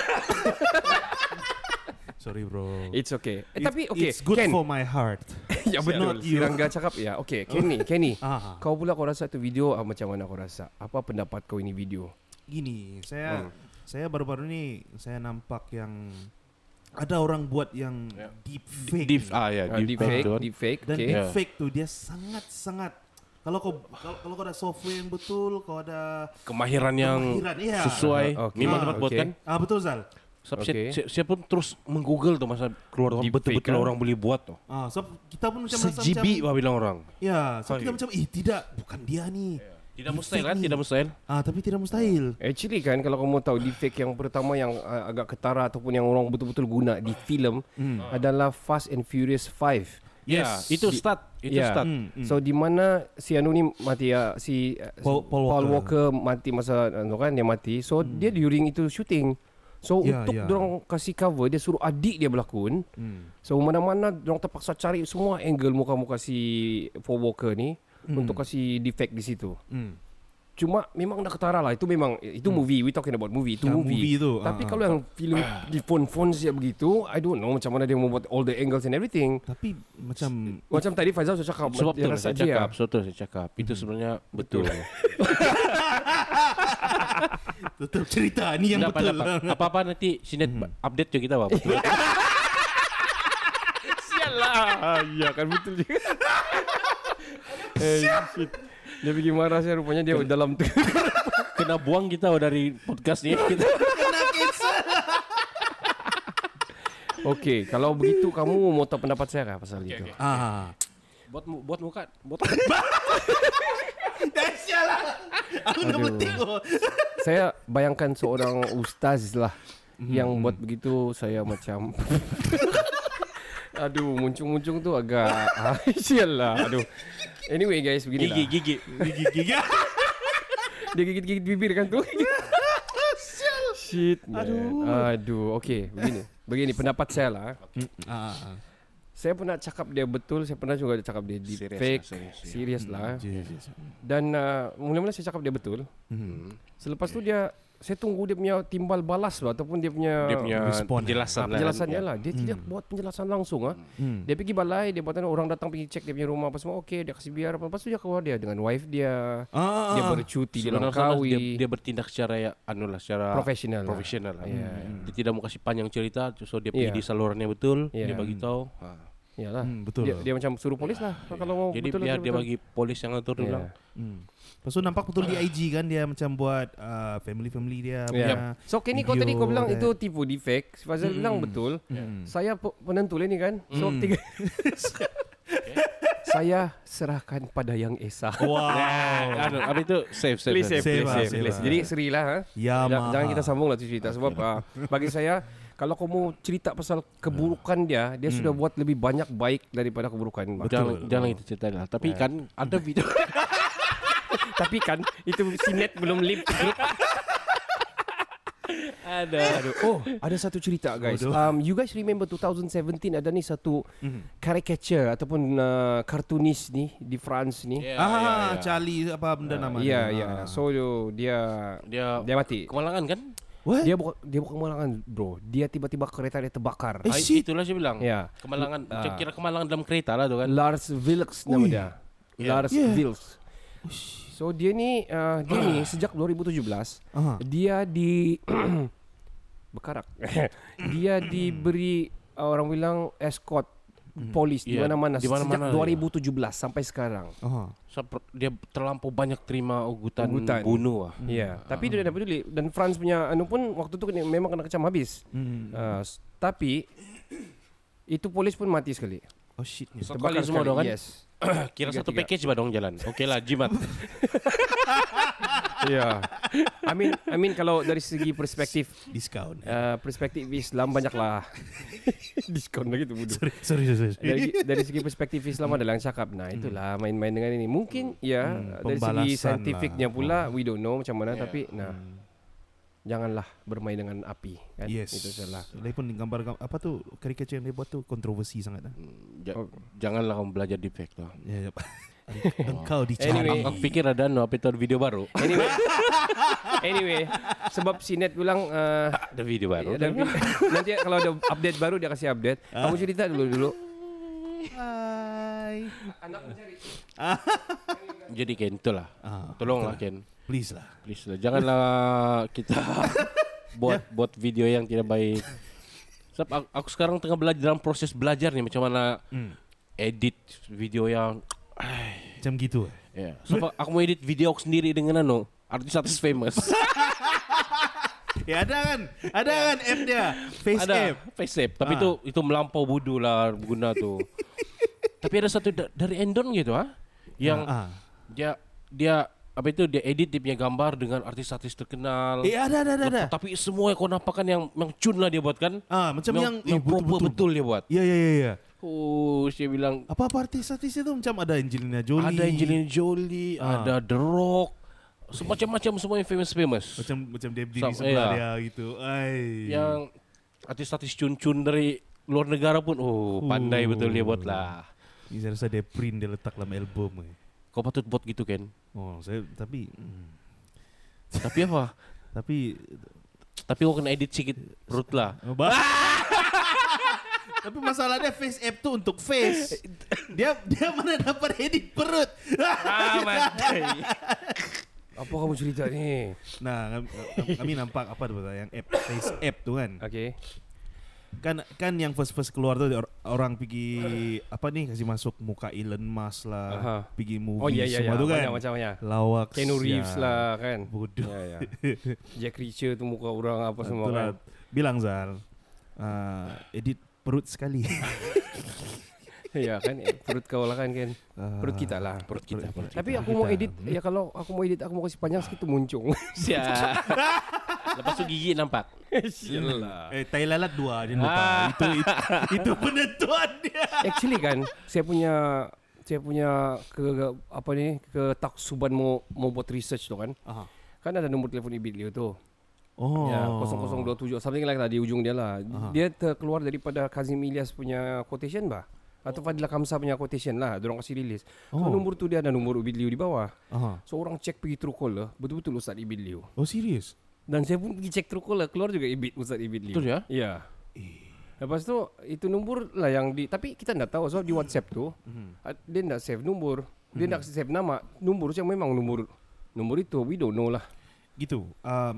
Speaker 7: Sorry bro.
Speaker 1: It's okay eh, Tapi okay
Speaker 7: It's good
Speaker 1: Ken
Speaker 7: for my heart.
Speaker 1: Ya betul
Speaker 7: not
Speaker 1: Si
Speaker 7: you.
Speaker 1: Rangga cakap Ya okay Kenny Kenny
Speaker 7: Ah.
Speaker 1: Kau pula kau rasa tu video ah, Macam mana kau rasa Apa pendapat kau ini video
Speaker 7: Gini,
Speaker 1: Hmm.
Speaker 7: saya saya baru-baru ini saya nampak yang ada orang buat yang deep fake.
Speaker 9: Deep ah ya,
Speaker 1: Ah, Ya. Deep fake Deep fake
Speaker 7: Dan
Speaker 1: Okay
Speaker 7: deep fake tuh dia sangat-sangat kalau kau kalau, kalau kau ada software yang betul, kau ada
Speaker 9: Kemahiran yang
Speaker 7: Kemahiran, iya.
Speaker 9: sesuai.
Speaker 1: Ah, okay.
Speaker 9: Memang
Speaker 7: Ah,
Speaker 9: dapat buat
Speaker 1: okay.
Speaker 9: kan?
Speaker 7: ah betul Zal.
Speaker 9: Siap,
Speaker 1: Okay.
Speaker 9: siap, siap pun terus menggoogle tuh masa keluar orang
Speaker 1: Deepfake,
Speaker 9: betul-betul
Speaker 1: kan?
Speaker 9: orang boleh buat tuh.
Speaker 7: Ah, so kita pun macam rasa
Speaker 9: Sejibi
Speaker 7: macam
Speaker 9: wah bilang orang.
Speaker 7: ya, so kita
Speaker 9: Sorry.
Speaker 7: macam ih tidak, bukan dia nih.
Speaker 9: Tidak
Speaker 7: Deep
Speaker 9: mustahil
Speaker 7: fake
Speaker 9: kan?
Speaker 7: nih.
Speaker 9: Tidak mustahil.
Speaker 7: Ah, tapi tidak mustahil.
Speaker 1: Actually kan kalau kamu tahu deepfake yang pertama yang uh,
Speaker 7: Hmm.
Speaker 1: agak ketara ataupun yang orang betul-betul guna di filem adalah Fast and Furious 5.
Speaker 6: Yes.
Speaker 9: Ya, Itu start, itu
Speaker 1: Ya.
Speaker 9: start.
Speaker 6: Hmm, hmm.
Speaker 1: So di mana si Anu ni mati ya si uh,
Speaker 6: Paul- Paul
Speaker 1: Walker. mati masa anu kan dia mati. So dia during itu shooting. So
Speaker 7: Ya,
Speaker 1: untuk
Speaker 7: ya.
Speaker 1: dorong kasih cover dia suruh adik dia berlakon.
Speaker 9: Hmm.
Speaker 1: So mana-mana dorong terpaksa cari semua angle muka-muka si Paul Walker ni untuk kasih defect di situ.
Speaker 7: Hmm.
Speaker 1: Cuma memang dah ketara lah Itu memang Itu movie We talking about movie Itu
Speaker 7: Ya,
Speaker 1: movie.
Speaker 7: movie tu,
Speaker 1: Tapi
Speaker 7: ah,
Speaker 1: kalau yang film Di phone-phone siap begitu I don't know Macam mana dia mau buat All the angles and everything
Speaker 7: Tapi macam
Speaker 1: Macam tadi Faizal sudah cakap
Speaker 9: Sebab
Speaker 1: dia
Speaker 9: tu
Speaker 1: rasa
Speaker 9: saya
Speaker 1: dia. Hmm.
Speaker 9: cakap, sebab tu saya cakap. Itu sebenarnya betul.
Speaker 7: tetap cerita ini yang
Speaker 9: Dapat,
Speaker 7: betul.
Speaker 9: dapat. Apa-apa nanti Sinet
Speaker 1: Hmm.
Speaker 9: update je kita apa. Betul.
Speaker 1: Sial lah Ya kan betul je Eh, shit. Dia bikin marah saya rupanya dia dalam tu.
Speaker 9: Kena buang kita dari podcast ni. Kita
Speaker 1: Okey, kalau begitu kamu mau tahu pendapat saya kah pasal itu?
Speaker 7: Ah,
Speaker 9: buat mu- buat muka, buat
Speaker 7: dahsyat lah. Aku nak petik. oh.
Speaker 1: Saya bayangkan seorang ustaz lah
Speaker 9: Hmm.
Speaker 1: yang buat begitu saya macam Aduh, muncung-muncung tu agak ah, sial lah. Aduh. Anyway guys, begini lah.
Speaker 9: gigi gigi.
Speaker 7: Gigi-gigi.
Speaker 1: Dia gigit-gigit bibir kan tu. Shit. Man. Aduh. Aduh. Okey, begini. Begini pendapat saya lah.
Speaker 7: Ah, ah, ah.
Speaker 1: Saya pernah cakap dia betul, saya pernah juga cakap dia deep
Speaker 9: Serious
Speaker 1: fake.
Speaker 9: lah, serious,
Speaker 1: Serius, lah.
Speaker 7: Yes, yes.
Speaker 1: Dan uh, mula-mula saya cakap dia betul.
Speaker 7: Hmm.
Speaker 1: Selepas tu dia saya tunggu dia punya timbal balas lah, ataupun dia punya
Speaker 9: Dia punya ya.
Speaker 7: Respon, eh?
Speaker 9: penjelasan
Speaker 1: Ah, penjelasan dia lah. Dia tidak
Speaker 7: Hmm.
Speaker 1: buat penjelasan langsung ah. Dia pergi balai, dia buat tanda orang datang pergi cek dia punya rumah apa semua. Okey, dia kasih biar apa. Lepas tu dia keluar dia dengan wife dia.
Speaker 7: Ah, ah,
Speaker 1: Dia
Speaker 7: ah.
Speaker 1: bercuti, dia
Speaker 9: Sebenarnya salah,
Speaker 1: langkawi.
Speaker 9: dia, dia bertindak secara ya, anu lah, secara
Speaker 1: Profesional lah.
Speaker 9: profesional lah.
Speaker 1: Ya,
Speaker 9: Dia tidak mau kasih panjang cerita, so dia pilih
Speaker 1: Ya.
Speaker 9: di salurannya betul,
Speaker 1: Ya.
Speaker 9: dia bagi tahu. Ha.
Speaker 1: Yalah.
Speaker 7: Hmm, betul
Speaker 1: Dia,
Speaker 7: lah.
Speaker 1: dia macam suruh polis lah kalau mau
Speaker 9: Jadi
Speaker 1: betul lah,
Speaker 9: biar dia
Speaker 1: betul.
Speaker 9: bagi lah. polis yang atur dia
Speaker 1: Ya.
Speaker 9: bilang.
Speaker 7: Hmm. Lepas tu nampak betul di IG kan dia macam buat ah, family-family dia. punya
Speaker 1: Yeah. So Kenny kau
Speaker 7: video
Speaker 1: tadi kau bilang
Speaker 7: dan-
Speaker 1: itu tipu di fake. Si Fazal bilang betul. Saya pe- penentu lah ni kan. So tiga. Saya serahkan pada yang esa.
Speaker 7: Wow.
Speaker 9: Eh, Anu, habis itu save save.
Speaker 1: Please save,
Speaker 7: Save
Speaker 1: please
Speaker 7: lah,
Speaker 1: save,
Speaker 7: save
Speaker 1: please.
Speaker 7: lah.
Speaker 1: Jadi seri lah. Ha?
Speaker 7: Ya,
Speaker 1: Jangan-
Speaker 7: Maha.
Speaker 1: Jangan kita sambung lah tu cerita sebab ah, bagi saya kalau kau mau cerita pasal keburukan dia, dia sudah buat lebih banyak baik daripada keburukan.
Speaker 9: Jangan, jangan kita cerita lah. Tapi
Speaker 1: Ya.
Speaker 9: kan ada video
Speaker 1: Tapi kan itu sinet belum lip. ada. Aduh. Oh, ada satu cerita guys. Um, you guys remember 2017 ada ni satu
Speaker 7: Mhm.
Speaker 1: caricature ataupun uh, kartunis ni di France ni.
Speaker 9: Ya,
Speaker 7: Ah, Charlie apa benda nama
Speaker 1: Ya, ya.
Speaker 7: dia. Ah.
Speaker 1: So dia
Speaker 9: dia,
Speaker 1: dia mati.
Speaker 9: kemalangan kan?
Speaker 7: What?
Speaker 1: Dia bukan dia bukan kemalangan, bro. Dia tiba-tiba kereta dia terbakar.
Speaker 7: Eh,
Speaker 9: Ah,
Speaker 7: shit.
Speaker 9: Itulah saya bilang.
Speaker 1: Ya.
Speaker 9: Kemalangan, macam
Speaker 1: Ah.
Speaker 9: kira kemalangan dalam kereta lah tu kan.
Speaker 1: Uh, Lars Vilks nama
Speaker 7: Ui.
Speaker 1: dia. Lars
Speaker 7: Yeah.
Speaker 1: Vilks. So dia ni uh, dia ni sejak 2017
Speaker 7: Aha.
Speaker 1: dia di bekarak. dia diberi uh, orang bilang escort polis di
Speaker 9: Yeah,
Speaker 1: mana-mana
Speaker 9: di mana-mana,
Speaker 1: sejak 2017 sampai sekarang.
Speaker 7: Ah.
Speaker 9: So, per- dia terlampau banyak terima ugutan,
Speaker 1: Ugutan.
Speaker 9: bunuh lah.
Speaker 1: Ya, tapi dia tidak peduli dan France punya anu pun waktu tu kena, memang kena kecam habis. Uh, s- tapi itu polis pun mati sekali.
Speaker 7: Oh shit.
Speaker 9: Sekali
Speaker 1: Terbakar sekali,
Speaker 9: semua dong kan?
Speaker 1: Yes.
Speaker 9: Kira
Speaker 1: Tiga,
Speaker 9: satu
Speaker 1: tiga.
Speaker 9: package bah dong jalan. Okey lah, jimat.
Speaker 1: Ya. I mean I mean kalau dari segi perspektif
Speaker 7: Discount.
Speaker 1: Uh, perspektif Islam banyaklah diskon lagi tu bodoh.
Speaker 7: Sorry, sorry. sorry.
Speaker 1: Dari, dari segi perspektif Islam ada yang cakap Nah itulah main-main dengan ini Mungkin ya Dari segi
Speaker 7: Hmm. pembalasan
Speaker 1: saintifiknya
Speaker 7: lah. Hmm.
Speaker 1: pula We don't know macam mana Tapi nah Janganlah bermain dengan api kan?
Speaker 7: Yes.
Speaker 1: Itu salah
Speaker 7: Lagipun gambar-gambar apa tu karikatur yang dia buat tu kontroversi sangat lah.
Speaker 9: Ja- Janganlah kamu belajar defect
Speaker 1: Eh.
Speaker 9: lah.
Speaker 7: Ya, ya. Engkau dicari.
Speaker 1: Anyway.
Speaker 9: Aku pikir ada no, apa itu ada video baru.
Speaker 1: Anyway Anyway Sebab Sinet bilang uh,
Speaker 9: Ada video baru.
Speaker 1: ada, Nanti kalau ada update baru Dia kasih update
Speaker 7: Ah.
Speaker 1: Kamu cerita dulu-dulu
Speaker 7: Hai.
Speaker 9: Jadi Ken itulah.
Speaker 7: Ah,
Speaker 9: Tolonglah Ken.
Speaker 7: Please lah.
Speaker 9: Please lah. Janganlah kita buat buat video yang tidak baik. Sebab aku, aku sekarang tengah belajar dalam proses belajar nih macam mana
Speaker 1: Hmm.
Speaker 9: edit video yang
Speaker 7: Macam gitu. eh.
Speaker 9: ya. Sebab aku mau edit video aku sendiri dengan anu artis artis famous.
Speaker 7: Ya ada kan? Ada kan app dia? Face
Speaker 9: ada
Speaker 7: app. Ah.
Speaker 9: face app tapi itu itu melampau bodoh lah guna tuh tapi ada satu da- dari Endon gitu ah yang
Speaker 7: Ah.
Speaker 9: dia dia apa itu dia edit dia punya gambar dengan artis-artis terkenal
Speaker 7: Eh ada ada ada ada.
Speaker 9: tapi semua yang kau nampakan yang yang cun lah dia buat kan
Speaker 7: Ah, macam yang- eh,
Speaker 9: yang,
Speaker 7: betul,
Speaker 9: proper
Speaker 7: betul.
Speaker 9: betul, dia buat
Speaker 7: Ya ya ya ya.
Speaker 9: Oh, saya bilang
Speaker 7: Apa apa artis-artis itu macam ada Angelina Jolie.
Speaker 9: ada Angelina Jolie,
Speaker 7: Ah.
Speaker 9: ada The Rock, semacam-macam semua yang famous-famous.
Speaker 7: Macam macam dia berdiri
Speaker 9: Sam-
Speaker 7: di sebelah
Speaker 9: iya.
Speaker 7: dia gitu. Ai.
Speaker 1: Ya.
Speaker 9: Yang artis-artis cun-cun dari luar negara pun, oh pandai
Speaker 7: Uh.
Speaker 9: betul dia buat lah.
Speaker 7: Ini saya rasa dia print dia letak dalam album. eh.
Speaker 9: Kau patut buat gitu kan?
Speaker 7: Oh, saya tapi hmm,
Speaker 9: Tapi apa?
Speaker 7: tapi
Speaker 9: Tapi kau kena edit sikit perut lah.
Speaker 7: Oh, ba- Tapi masalahnya face app tuh untuk face. Dia dia mana dapat edit perut.
Speaker 9: Ah, pandai.
Speaker 1: Apa kamu cerita ni?
Speaker 7: nah, kami, kami nampak apa tuh yang app face app tuh kan.
Speaker 1: Okay.
Speaker 7: Kan kan yang first first keluar tuh or- orang pergi apa nih kasih masuk muka Elon Musk lah,
Speaker 1: Aha.
Speaker 7: pergi movie
Speaker 1: Oh ya ya ya.
Speaker 7: semua tuh kan.
Speaker 1: Banyak macamnya.
Speaker 7: Lawak.
Speaker 1: Keanu Reeves lah kan.
Speaker 7: Bodoh.
Speaker 1: Ya ya. Jack Reacher tu muka orang apa semua
Speaker 7: Itulah.
Speaker 1: kan.
Speaker 7: Bilang Zal. ah, edit perut sekali.
Speaker 1: Ya kan eh, perut kau lah kan kan.
Speaker 7: Ah,
Speaker 1: Perut kita lah.
Speaker 9: Perut kita, perut kita.
Speaker 1: Tapi aku mau edit ya kalau aku mau edit aku mau kasih panjang sikit tu muncung.
Speaker 9: Siap. Lepas tu gigi nampak.
Speaker 7: Eh, tai lalat dua jangan lupa.
Speaker 1: Ah.
Speaker 7: Itu, itu itu penentuan dia.
Speaker 1: Actually kan saya punya saya punya ke apa ni ketaksuban mau mau buat research tu kan.
Speaker 7: Aha.
Speaker 1: Kan ada nombor telefon ibit dia tu.
Speaker 7: Oh.
Speaker 1: Ya, 0027 something like that di ujung dia lah. Dia terkeluar daripada Kazim Ilyas punya quotation bah. Atau Fadila Kamsa punya quotation lah Diorang kasih rilis oh. So
Speaker 7: Oh.
Speaker 1: nombor tu dia ada nombor Ibid Liu di bawah
Speaker 7: Aha.
Speaker 1: So orang cek pergi true caller Betul-betul Ustaz Ibid Liu
Speaker 7: Oh, serius?
Speaker 1: Dan saya pun pergi cek true caller Keluar juga Ibid Ustaz Ibid Liu
Speaker 9: Betul ya?
Speaker 1: Ya Lepas tu Itu nombor lah yang di Tapi kita tak tahu Sebab di whatsapp tu ah, Dia tak save nombor Dia tak save nama Nombor yang memang nombor Nombor itu We don't know lah
Speaker 7: Gitu. Um,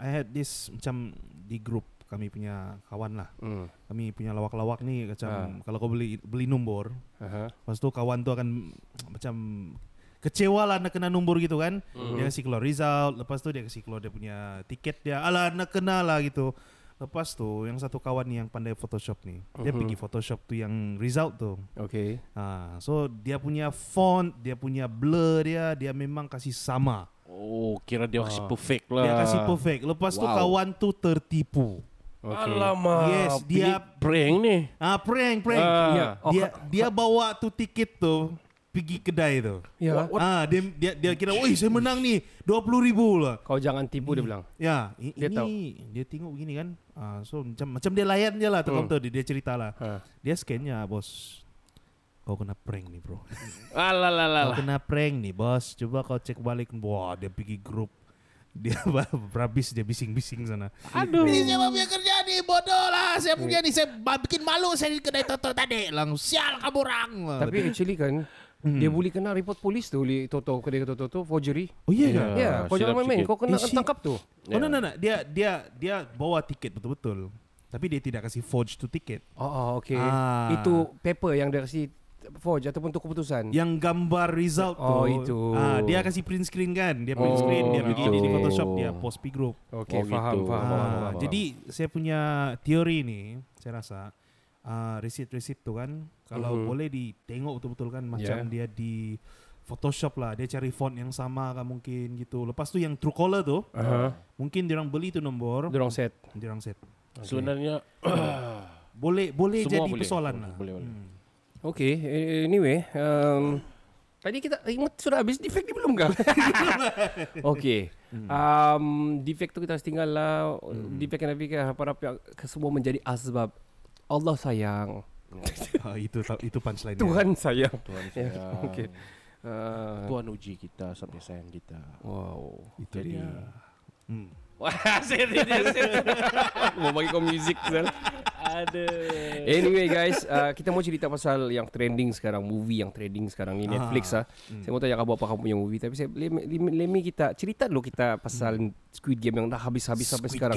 Speaker 7: I had this macam di grup kami punya kawan lah.
Speaker 1: hmm. Ah.
Speaker 7: Kami punya lawak-lawak nih macam kalau kau beli beli nombor,
Speaker 1: Aha.
Speaker 7: lepas tu kawan tu akan macam kecewa lah nak kena nombor gitu kan.
Speaker 9: Hmm.
Speaker 7: Dia kasih keluar result, lepas tu dia kasih keluar dia punya tiket dia. Alah nak kena lah gitu. Lepas tu yang satu kawan nih yang pandai Photoshop nih, dia
Speaker 9: Hmm.
Speaker 7: pergi Photoshop tu yang result tuh.
Speaker 1: Okay
Speaker 7: Ah, so dia punya font, dia punya blur dia, dia memang kasih sama.
Speaker 9: Oh, kira dia kasih perfect lah.
Speaker 7: Ah. Dia kasih perfect. Lepas tu
Speaker 9: Wow.
Speaker 7: kawan tu tertipu.
Speaker 9: Alamak.
Speaker 7: Yes,
Speaker 9: Ini
Speaker 7: dia
Speaker 9: prank nih.
Speaker 7: ah prank prank.
Speaker 9: Ah.
Speaker 7: Dia,
Speaker 9: Ya,
Speaker 1: oh,
Speaker 7: dia dia bawa tu tiket tu pergi kedai tu.
Speaker 1: Ya.
Speaker 7: Ah, dia dia dia kira, "Woi, saya menang ni. 20 ribu lah."
Speaker 1: Kau jangan tipu
Speaker 9: Hmm.
Speaker 1: dia bilang
Speaker 7: Ya, i-
Speaker 1: Dia
Speaker 7: ini
Speaker 1: tahu.
Speaker 7: dia tengok begini kan. Ah, so macam macam dia layan je lah tu kaunter dia, dia cerita lah.
Speaker 1: Ha.
Speaker 7: Dia scan-nya, bos. Kau kena prank nih, bro. Kau
Speaker 9: Alalalah.
Speaker 7: kena prank nih bos Coba kau cek balik Wah dia pergi grup Dia berhabis dia bising-bising sana Aduh Ini siapa punya kerja nih Bodoh lah Saya punya nih Saya ba- bikin malu saya di kedai Toto tadi Langsung sial kamu orang
Speaker 1: Tapi actually kan
Speaker 9: Hmm.
Speaker 1: Dia boleh kena report polis tu Boleh Toto Kedai Toto tu Forgery
Speaker 7: Oh iya
Speaker 1: Ya
Speaker 7: kan
Speaker 1: yeah,
Speaker 9: Ah,
Speaker 1: Kau jangan
Speaker 9: silap
Speaker 1: main-main
Speaker 9: sikit.
Speaker 1: Kau kena
Speaker 7: Eh,
Speaker 1: kan
Speaker 7: shit.
Speaker 1: tangkap tu
Speaker 7: Oh no no no Dia dia dia bawa tiket betul-betul Tapi dia tidak kasih forge tu tiket
Speaker 1: Oh, oh okay
Speaker 7: Ah.
Speaker 1: Itu paper yang dia kasi Forge ataupun tu keputusan
Speaker 9: Ya.
Speaker 7: Yang gambar result
Speaker 1: Oh,
Speaker 7: tu
Speaker 1: itu.
Speaker 7: ah, Dia kasih print screen kan Dia print
Speaker 9: Oh,
Speaker 7: screen Dia pergi
Speaker 9: gitu.
Speaker 7: edit di photoshop Dia post di grup
Speaker 1: Okay
Speaker 9: Oh,
Speaker 1: faham,
Speaker 9: gitu.
Speaker 1: faham,
Speaker 7: Ah,
Speaker 1: faham, faham.
Speaker 7: Jadi saya punya teori ni, saya rasa ah, resip-resip tu kan kalau boleh ditengok betul-betul kan macam dia di Photoshop lah, dia cari font yang sama kan mungkin gitu. Lepas tu yang Truecaller tu,
Speaker 1: Aha.
Speaker 7: mungkin dia orang beli tu nombor,
Speaker 1: Dorang set
Speaker 7: dia orang set.
Speaker 9: Sebenarnya
Speaker 7: Boleh boleh
Speaker 9: Semua
Speaker 7: jadi
Speaker 9: boleh.
Speaker 7: persoalan
Speaker 9: Boleh,
Speaker 7: lah.
Speaker 9: boleh, boleh.
Speaker 7: Hmm.
Speaker 1: Okay eh, anyway um, Tadi kita ingat sudah habis defect ni belum kan? okay.
Speaker 9: Hmm.
Speaker 1: Um, defect tu kita harus tinggal lah. Defect kena fikir harap-harap semua menjadi asbab. Allah sayang.
Speaker 7: Ah, itu ta- itu punchline. dia.
Speaker 1: Tuhan sayang.
Speaker 9: Tuhan
Speaker 1: Ya,
Speaker 9: sayang.
Speaker 1: Okay. Uh,
Speaker 9: Tuhan uji kita sampai sayang kita.
Speaker 1: Wow.
Speaker 7: Itu
Speaker 9: Jadi-
Speaker 7: dia. Hmm.
Speaker 9: Wah, saya tidak
Speaker 1: mau bagi kau music Zal.
Speaker 9: Aduh.
Speaker 1: Anyway guys, uh, kita mau cerita pasal yang trending sekarang, movie yang trending sekarang ni Netflix ah. Saya mau tanya kamu apa kamu punya movie, tapi saya lem, lem, lemi kita cerita dulu kita pasal Squid Game yang dah habis-habis sampai sekarang.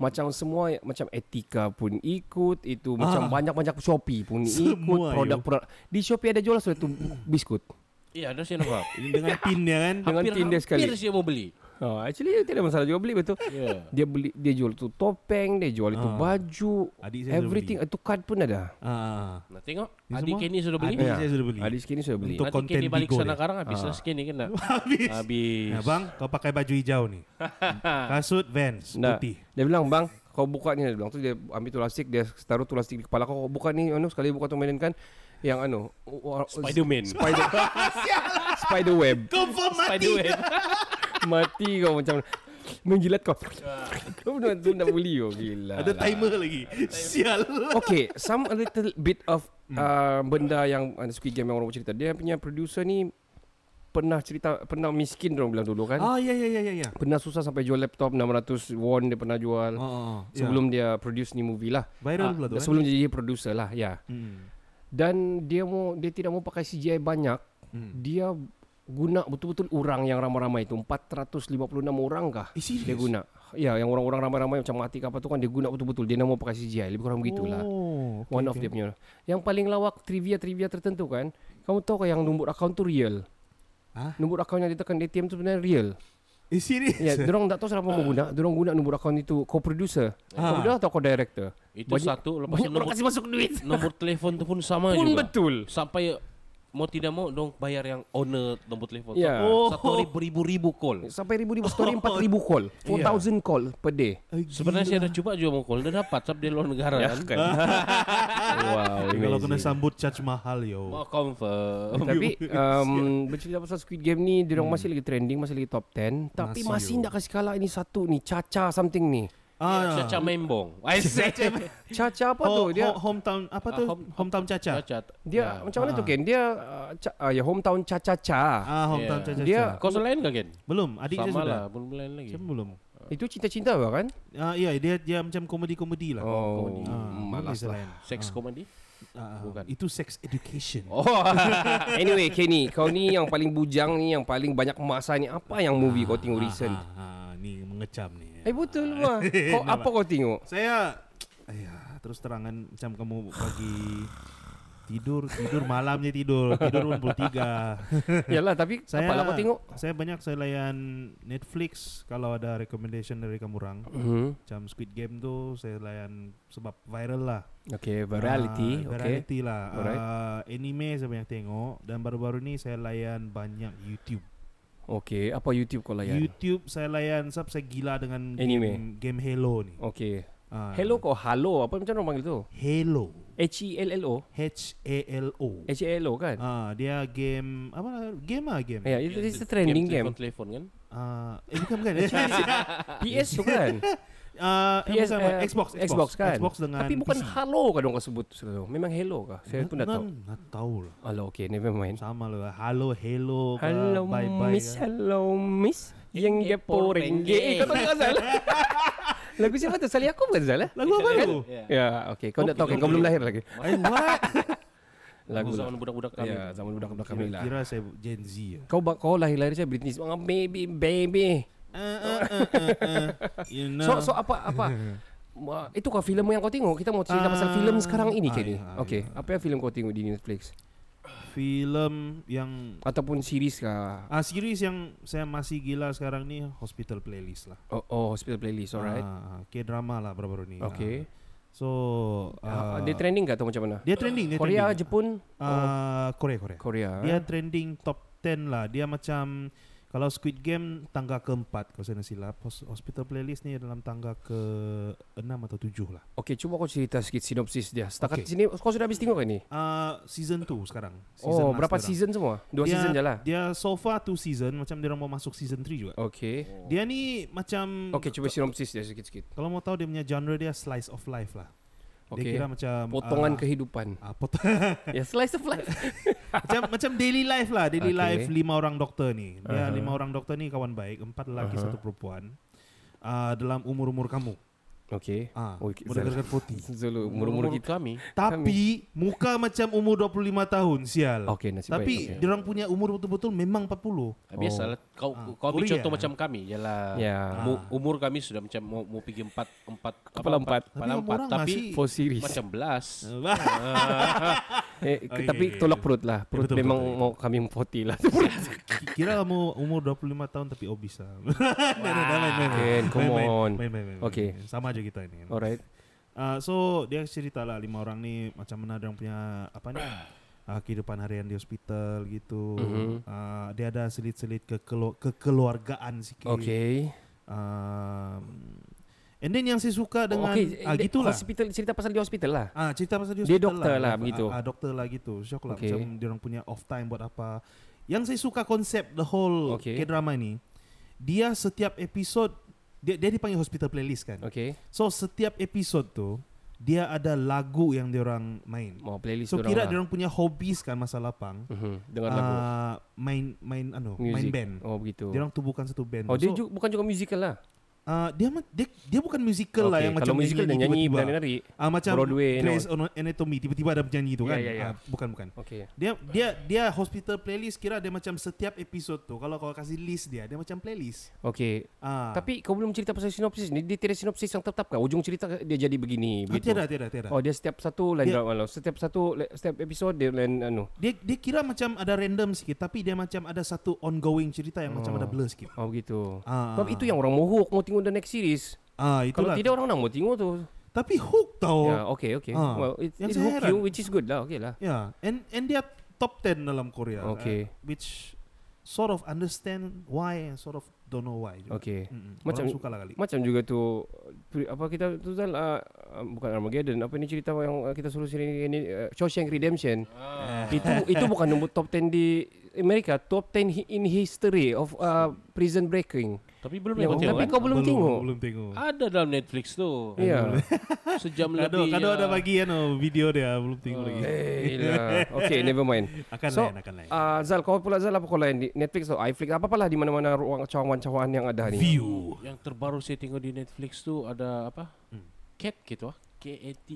Speaker 1: Macam semua macam etika pun ikut, itu macam banyak-banyak Shopee pun ikut
Speaker 7: Semua, yo.
Speaker 1: produk-produk. Di Shopee ada jual sudah tu biskut.
Speaker 9: Iya, ada saya nampak.
Speaker 7: Ini Dengan pin dia kan.
Speaker 1: Dengan tin dia sekali.
Speaker 9: Hampir saya mau beli.
Speaker 1: Oh, actually tidak masalah juga beli betul.
Speaker 9: Ya.
Speaker 1: Dia beli dia jual tu topeng, dia jual itu
Speaker 7: Ah.
Speaker 1: baju,
Speaker 7: Adik saya sudah
Speaker 1: everything itu card pun ada.
Speaker 7: Ah,
Speaker 9: Nah, tengok.
Speaker 7: Ini
Speaker 9: Adik
Speaker 7: semua?
Speaker 9: Kenny sudah beli.
Speaker 1: Ya.
Speaker 7: Adik saya sudah beli.
Speaker 1: Adik skinny sudah beli.
Speaker 7: Untuk-
Speaker 9: Adik
Speaker 7: konten
Speaker 9: Kenny balik
Speaker 7: Bigo
Speaker 9: sana
Speaker 7: dia.
Speaker 9: sekarang habis lah Kenny kena.
Speaker 7: Habis.
Speaker 9: Habis.
Speaker 7: Nah, bang, kau pakai baju hijau nih. Kasut Vans
Speaker 1: Nah,
Speaker 7: putih.
Speaker 1: Dia bilang bang kau buka ni dia bilang tu dia ambil tu lastik dia taruh tu lastik di kepala kau kau buka ni anu sekali buka tu mainan kan yang anu wa-
Speaker 9: Spider-Man.
Speaker 1: spider spider web
Speaker 7: Confirm mati.
Speaker 9: Spider-Man.
Speaker 1: mati kau macam menjilat kau kau nak tu nak bully kau gila
Speaker 7: Ya. Ada
Speaker 1: lah.
Speaker 7: timer lagi. Sial.
Speaker 1: Okay, some a little bit of
Speaker 7: Hmm.
Speaker 1: uh, benda yang ada Squid Game yang orang cerita. Dia punya producer ni pernah cerita pernah miskin orang bilang dulu kan.
Speaker 7: Ah ya ya ya ya ya.
Speaker 1: Pernah susah sampai jual laptop 600 won dia pernah jual.
Speaker 7: Oh, oh, ya.
Speaker 1: Kan? sebelum dia produce ni movie lah.
Speaker 7: Viral pula tu, kan? Hmm.
Speaker 1: Sebelum jadi producer lah, ya. Dan dia mau dia tidak mau pakai CGI banyak.
Speaker 7: Hmm.
Speaker 1: Dia guna betul-betul orang yang ramai-ramai itu 456 orang kah
Speaker 7: Eh, serious?
Speaker 1: dia guna ya yang orang-orang ramai-ramai macam mati ke apa tu kan dia guna betul-betul dia nak mau pakai CGI lebih kurang begitulah
Speaker 7: Oh,
Speaker 1: One of dia punya Yang paling lawak Trivia-trivia tertentu kan Kamu tahu ke yang nombor akaun tu real
Speaker 7: Hah?
Speaker 1: Nombor akaun yang ditekan di ATM tu sebenarnya real
Speaker 7: Eh serius?
Speaker 1: Ya, dorong tak tahu siapa mau guna Dorong guna nombor akaun itu Kau producer Kau
Speaker 7: Ah.
Speaker 1: producer atau kau director
Speaker 9: Itu
Speaker 1: Banyak-
Speaker 9: satu lepas
Speaker 1: Bu- Dorang
Speaker 9: nombor,
Speaker 1: kasih masuk duit
Speaker 9: nombor telefon tu pun sama
Speaker 1: Pun
Speaker 9: juga.
Speaker 1: betul
Speaker 9: Sampai mau tidak mau dong bayar yang owner nombor telefon.
Speaker 1: Ya.
Speaker 9: Sampai Satu hari beribu-ribu call.
Speaker 1: Sampai ribu-ribu story 4,000 call 4,000 call per day
Speaker 7: Oh. Ya. Eh,
Speaker 9: Sebenarnya saya
Speaker 7: gila.
Speaker 9: dah cuba juga mau call, dah dapat sebab dia luar negara kan.
Speaker 7: ah,
Speaker 1: Wow
Speaker 7: Eh, kalau kena
Speaker 1: amazing.
Speaker 7: sambut charge mahal yo.
Speaker 9: Mau Oh, confirm.
Speaker 1: Tapi um, bercerita pasal Squid Game ni Dia orang masih lagi trending Masih lagi top 10 Tapi
Speaker 7: Hmm. Masih,
Speaker 1: masih
Speaker 7: yo.
Speaker 1: tak kasih kalah Ini satu ni Caca something ni
Speaker 7: Ah,
Speaker 9: Caca membong. I say
Speaker 1: Caca apa tu
Speaker 7: Ho-
Speaker 1: dia
Speaker 7: Oh, ho- hometown apa
Speaker 9: Ah,
Speaker 7: tuh?
Speaker 9: home-
Speaker 7: hometown Caca.
Speaker 9: Caca.
Speaker 1: Dia
Speaker 9: Ya.
Speaker 1: macam mana tu Ken? Dia uh, ca- uh, ya hometown Caca-Ca.
Speaker 7: Ah, hometown
Speaker 9: Yeah.
Speaker 7: Caca.
Speaker 1: Ya. Dia-
Speaker 9: Kau selain kan Ken?
Speaker 7: belum, adik saya
Speaker 9: Sama
Speaker 7: sudah.
Speaker 9: lah, belum lain lagi.
Speaker 7: Macam belum.
Speaker 1: Itu cinta-cinta apa kan?
Speaker 7: Ah, iya, dia dia macam komedi-komedi lah.
Speaker 1: Oh,
Speaker 9: komedi.
Speaker 7: Ah,
Speaker 1: malas lah.
Speaker 7: boleh selain.
Speaker 9: Sex comedy?
Speaker 7: Ah, ah,
Speaker 9: Bukan.
Speaker 7: Itu sex education.
Speaker 9: Oh,
Speaker 1: Anyway, Kenny, kau ni yang paling bujang ni, yang paling banyak masa ni, apa yang movie kau tengok recent?
Speaker 7: Ah, ah, ni mengecam ni.
Speaker 1: Eh betul lah. Kau apa kau tengok?
Speaker 7: Saya ayah, terus terangan macam kamu pagi tidur tidur malamnya tidur tidur pun pukul tiga
Speaker 1: Yalah, tapi
Speaker 7: saya
Speaker 1: apa lah kau tengok?
Speaker 7: saya banyak saya layan Netflix kalau ada recommendation dari kamu orang
Speaker 1: Hmm.
Speaker 7: macam Squid Game tu saya layan sebab viral lah
Speaker 1: Okay,
Speaker 7: Ah,
Speaker 1: variety, okay.
Speaker 7: Variety lah
Speaker 1: Alright.
Speaker 7: Ah, Anime saya banyak tengok Dan baru-baru ni saya layan banyak YouTube
Speaker 1: Okay, apa YouTube kau layan?
Speaker 7: YouTube saya layan Sebab saya gila dengan
Speaker 1: Anime.
Speaker 7: Game, game Halo ni
Speaker 1: Okay.
Speaker 7: Ah,
Speaker 1: Hello kau halo, apa macam orang panggil tu?
Speaker 7: Halo
Speaker 1: H E L L O,
Speaker 7: H-A-L-O
Speaker 1: H E L O kan?
Speaker 7: Ah, Dia game Apa lah Game lah game
Speaker 1: Ya, itu itu trending game.
Speaker 9: Telepon, kan?
Speaker 7: Ah, Eh bukan bukan Ah,
Speaker 1: PS tu kan?
Speaker 7: eh, bukan, bukan.
Speaker 1: eh,
Speaker 7: Xbox, Xbox
Speaker 1: Xbox kan.
Speaker 7: Xbox dengan
Speaker 1: Tapi bukan
Speaker 7: PC.
Speaker 1: halo kah dong kau sebut selalu. Memang hello kah? Saya pun tak tahu.
Speaker 7: Nan- Nggak tahu lah
Speaker 1: Halo, okay, never mind.
Speaker 7: Sama ya. lah Halo, Halo ke,
Speaker 1: Halo
Speaker 7: Bye bye
Speaker 1: miss,
Speaker 7: ke.
Speaker 1: hello miss. Yang dia porengge. Eh, kau tahu tak salah. Lagu siapa tu? Salih aku bukan salah.
Speaker 7: Lagu apa tu?
Speaker 1: Ya, okay. Kau nak tahu kan? Kau belum lahir lagi.
Speaker 7: Eh, what?
Speaker 1: Lagu lah.
Speaker 9: Zaman budak-budak kami.
Speaker 1: Ya, zaman budak-budak kami lah.
Speaker 7: Kira saya Gen Z ya
Speaker 1: Kau ba- kau lahir-lahir saya Britney Spears. Oh, baby, baby.
Speaker 7: Eh, You know.
Speaker 1: So, so apa apa? Ma- Itu kau filem yang kau tengok? Kita mau cerita pasal filem sekarang ini,
Speaker 7: Ah,
Speaker 1: Kenny.
Speaker 7: ya, ah,
Speaker 1: Okay, apa yang filem kau tengok di Netflix?
Speaker 7: film yang
Speaker 1: Ataupun series kah?
Speaker 7: ah series yang saya masih gila sekarang ni Hospital Playlist lah.
Speaker 1: Oh, oh Hospital Playlist, alright.
Speaker 7: K drama lah baru-baru ni.
Speaker 1: Okay.
Speaker 7: Ah. so
Speaker 1: Ah,
Speaker 7: ah,
Speaker 1: dia trending ke atau macam mana?
Speaker 7: dia trending dia
Speaker 1: Korea,
Speaker 7: trending.
Speaker 1: Jepun,
Speaker 7: Ah, Korea Korea.
Speaker 1: Korea.
Speaker 7: Dia trending top 10 lah. Dia macam kalau Squid Game tangga keempat kalau saya tidak silap, Hos- Hospital Playlist ni dalam tangga ke enam atau tujuh lah.
Speaker 1: Okey, cuba kau cerita sikit sinopsis dia. Setakat
Speaker 7: Okey.
Speaker 1: sini kau sudah habis tengok kan ni?
Speaker 7: Ah, season 2 sekarang.
Speaker 1: oh,
Speaker 7: last
Speaker 1: berapa
Speaker 7: sekarang.
Speaker 1: season semua? Dua
Speaker 7: dia,
Speaker 1: season je lah.
Speaker 7: Dia so far 2 season macam dia orang mau masuk season 3 juga.
Speaker 1: Okey.
Speaker 7: Dia ni macam
Speaker 1: Okey, cuba sinopsis dia sikit-sikit.
Speaker 7: Kalau mau tahu dia punya genre dia slice of life lah. Dia
Speaker 1: Okey.
Speaker 7: kira macam
Speaker 1: Potongan
Speaker 7: ah,
Speaker 1: kehidupan.
Speaker 7: ah, pot-
Speaker 1: ya, slice of life.
Speaker 7: macam macam daily life lah, daily
Speaker 1: Okay. Uh-huh.
Speaker 7: life lima orang dokter ni. Dia lima orang dokter ni kawan baik, empat lelaki satu perempuan. Ah, dalam umur-umur kamu.
Speaker 1: Okey.
Speaker 7: Ah,
Speaker 1: Oh, ki-
Speaker 7: mendekatkan 40.
Speaker 1: Zulu, umur-umur kita.
Speaker 9: kami.
Speaker 7: Tapi muka macam umur 25 tahun, sial.
Speaker 1: Okey, nasib
Speaker 7: Tapi
Speaker 1: baik.
Speaker 7: dia orang punya umur betul-betul memang 40.
Speaker 9: Ah, Biasalah kau kau ambil
Speaker 7: Korea.
Speaker 9: contoh macam kami jelah.
Speaker 1: Ya.
Speaker 9: Mu- umur kami sudah macam mau mau pergi empat empat
Speaker 1: Kepala empat.
Speaker 9: Kepala
Speaker 7: Ah. Tapi
Speaker 9: empat
Speaker 7: orang
Speaker 9: tapi
Speaker 7: masih- Oh.
Speaker 1: For series.
Speaker 9: macam belas.
Speaker 1: Eh,
Speaker 7: Okey,
Speaker 1: tapi
Speaker 7: okey,
Speaker 1: tolak perut lah. Perut
Speaker 7: betul,
Speaker 1: memang
Speaker 7: betul,
Speaker 1: mau kami mempoti lah.
Speaker 7: Kira kamu umur 25 tahun tapi obes lah. Nah, nah, nah, main, main, main.
Speaker 1: Ken, come
Speaker 7: Main, main,
Speaker 1: on.
Speaker 7: main, main, main, main.
Speaker 1: Okay.
Speaker 7: Sama aja kita ini.
Speaker 1: Alright.
Speaker 7: Ah, so dia cerita lah lima orang ni macam mana dia orang punya apa ni ah, kehidupan harian di hospital gitu.
Speaker 1: Mhm.
Speaker 7: Ah, dia ada selit-selit ke kekeluargaan sikit.
Speaker 1: Okey.
Speaker 7: Um, And then yang saya suka dengan
Speaker 1: Okey, Oh,
Speaker 7: ah,
Speaker 1: dia-
Speaker 7: gitulah.
Speaker 1: eh, Hospital cerita pasal di hospital lah.
Speaker 7: Ah, cerita pasal dia
Speaker 1: Dia
Speaker 7: hospital
Speaker 1: dokter lah, begitu.
Speaker 7: Ah, ah, dokter lah gitu. Syok lah
Speaker 1: Okay.
Speaker 7: macam dia orang punya off time buat apa. Yang saya suka konsep the whole
Speaker 1: Okay.
Speaker 7: K-drama ni, dia setiap episod dia dia dipanggil hospital playlist kan.
Speaker 1: Okay.
Speaker 7: So setiap episod tu dia ada lagu yang dia orang main.
Speaker 1: Mau playlist
Speaker 7: So
Speaker 1: dorang
Speaker 7: kira
Speaker 1: lah.
Speaker 7: dia orang punya hobbies kan masa lapang.
Speaker 1: Mhm, dengar lagu.
Speaker 7: Ah, main main anu, main
Speaker 1: Music.
Speaker 7: band.
Speaker 1: Oh begitu.
Speaker 7: Dia orang tu bukan satu band.
Speaker 1: oh dia
Speaker 7: So,
Speaker 1: juga, bukan juga musical lah.
Speaker 7: ah, dia, ma- dia dia bukan musical lah
Speaker 1: Okey,
Speaker 7: yang
Speaker 1: kalau
Speaker 7: macam
Speaker 1: musical dia nyanyi menari-nari.
Speaker 7: Ah macam
Speaker 1: Broadway,
Speaker 7: Grey's Anatomy tiba-tiba ada penyanyi itu
Speaker 1: Ya,
Speaker 7: kan.
Speaker 1: ya, ya.
Speaker 7: Ah, bukan bukan.
Speaker 1: Okay.
Speaker 7: Dia dia dia hospital playlist kira dia macam setiap episod tu kalau kau kasih list dia dia macam playlist.
Speaker 1: Okay.
Speaker 7: Ah.
Speaker 1: Tapi kau belum cerita pasal sinopsis ni. Dia tiada sinopsis yang tetap kan? Ujung cerita dia jadi begini.
Speaker 7: ah,
Speaker 1: begitu.
Speaker 7: tiada tiada tiada.
Speaker 1: Oh dia setiap satu lain
Speaker 7: Dia-
Speaker 1: drama lah. Setiap satu le- setiap episode dia lain anu.
Speaker 7: Dia dia kira macam ada random sikit tapi dia macam ada satu ongoing cerita yang macam ada blur sikit.
Speaker 1: Oh begitu.
Speaker 7: Ah.
Speaker 1: Sebab itu yang orang mohok mau tengok the next series.
Speaker 7: Ah
Speaker 1: Kalau
Speaker 7: itulah.
Speaker 1: tidak orang nak mau tengok tu.
Speaker 7: tapi hook tau.
Speaker 1: Ya, okay, okay.
Speaker 7: Ah.
Speaker 1: Well, it,
Speaker 7: Yang
Speaker 1: it
Speaker 7: saya
Speaker 1: hook
Speaker 7: heran.
Speaker 1: you, which is good lah. Okay lah.
Speaker 7: Yeah, Ya, and and dia top 10 dalam Korea.
Speaker 1: Okay.
Speaker 7: uh, which sort of understand why and sort of don't know why. juga.
Speaker 1: Okay.
Speaker 7: Mm-mm.
Speaker 1: Macam-
Speaker 7: Orang suka lah kali.
Speaker 1: Macam juga tu pri- apa kita tu Zal uh, bukan Armageddon apa ni cerita yang uh, kita suruh sini ini uh, Shawshank Redemption.
Speaker 7: Ah.
Speaker 1: Itu itu bukan nombor top 10 di Amerika, top 10 hi- in history of uh, prison breaking.
Speaker 9: Tapi belum
Speaker 1: Ya,
Speaker 9: lagi tengok.
Speaker 1: tapi
Speaker 9: kan?
Speaker 1: kau belum tengok. Ah,
Speaker 7: Belum tengok.
Speaker 9: Ada dalam Netflix tu.
Speaker 1: Ya.
Speaker 9: Sejam
Speaker 7: Kado,
Speaker 9: lebih.
Speaker 7: kado
Speaker 9: ya.
Speaker 1: ah.
Speaker 7: ada bagi ya, no, video dia belum tengok lagi.
Speaker 1: Eh, lah. Okay, never mind.
Speaker 7: Akan
Speaker 1: So,
Speaker 7: lain, akan lain.
Speaker 1: Uh, Zal, kau pula Zal apa kau lain di Netflix atau iFlix apa-apalah di mana-mana ruang cawan-cawan yang ada ni.
Speaker 7: View.
Speaker 9: Yang terbaru saya tengok di Netflix tu ada apa?
Speaker 7: Hmm.
Speaker 9: Cat gitu ah. K-A-T.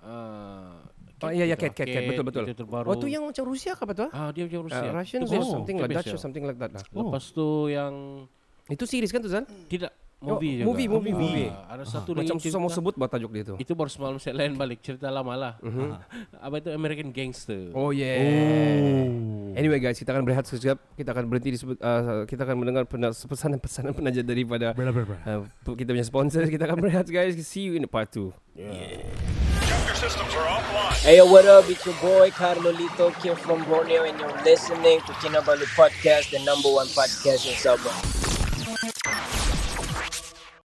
Speaker 9: Ah,
Speaker 1: Oh,
Speaker 9: Cat
Speaker 1: ya, ya,
Speaker 9: gitu
Speaker 1: Cat,
Speaker 9: ah.
Speaker 1: Cat, Cat. Betul, betul.
Speaker 9: Itu terbaru.
Speaker 1: Oh, tu yang macam Rusia ke apa tu? ah?
Speaker 9: Ah, dia macam Rusia.
Speaker 1: Uh, Russian
Speaker 9: Itu
Speaker 1: or
Speaker 9: baru,
Speaker 1: something like
Speaker 9: habis
Speaker 1: Dutch
Speaker 9: ya.
Speaker 1: or something like that lah.
Speaker 9: Lepas tu yang
Speaker 1: Itu series kan tu Zal?
Speaker 9: tidak
Speaker 1: Oh,
Speaker 9: movie juga.
Speaker 1: movie, movie,
Speaker 9: Ah,
Speaker 1: movie.
Speaker 9: Ada satu lagi
Speaker 1: Macam susah
Speaker 9: cerita-
Speaker 1: mau sebut bah tajuk dia tu.
Speaker 9: Itu baru semalam saya lain balik cerita lama lah. Apa itu American Gangster.
Speaker 1: Oh yeah. Anyway guys, kita akan berehat sekejap. Kita akan berhenti di sebut, uh, kita akan mendengar pena- pesanan-pesanan penaja daripada
Speaker 7: Bra, bra, bra.
Speaker 1: uh, kita punya sponsor. Kita akan berehat guys. See you in the part 2.
Speaker 2: Your systems are offline.
Speaker 10: Hey, yo, what up? It's your boy Carlolito Kim from Borneo, and you're listening to Kinabalu Podcast, the number one podcast in Sabah.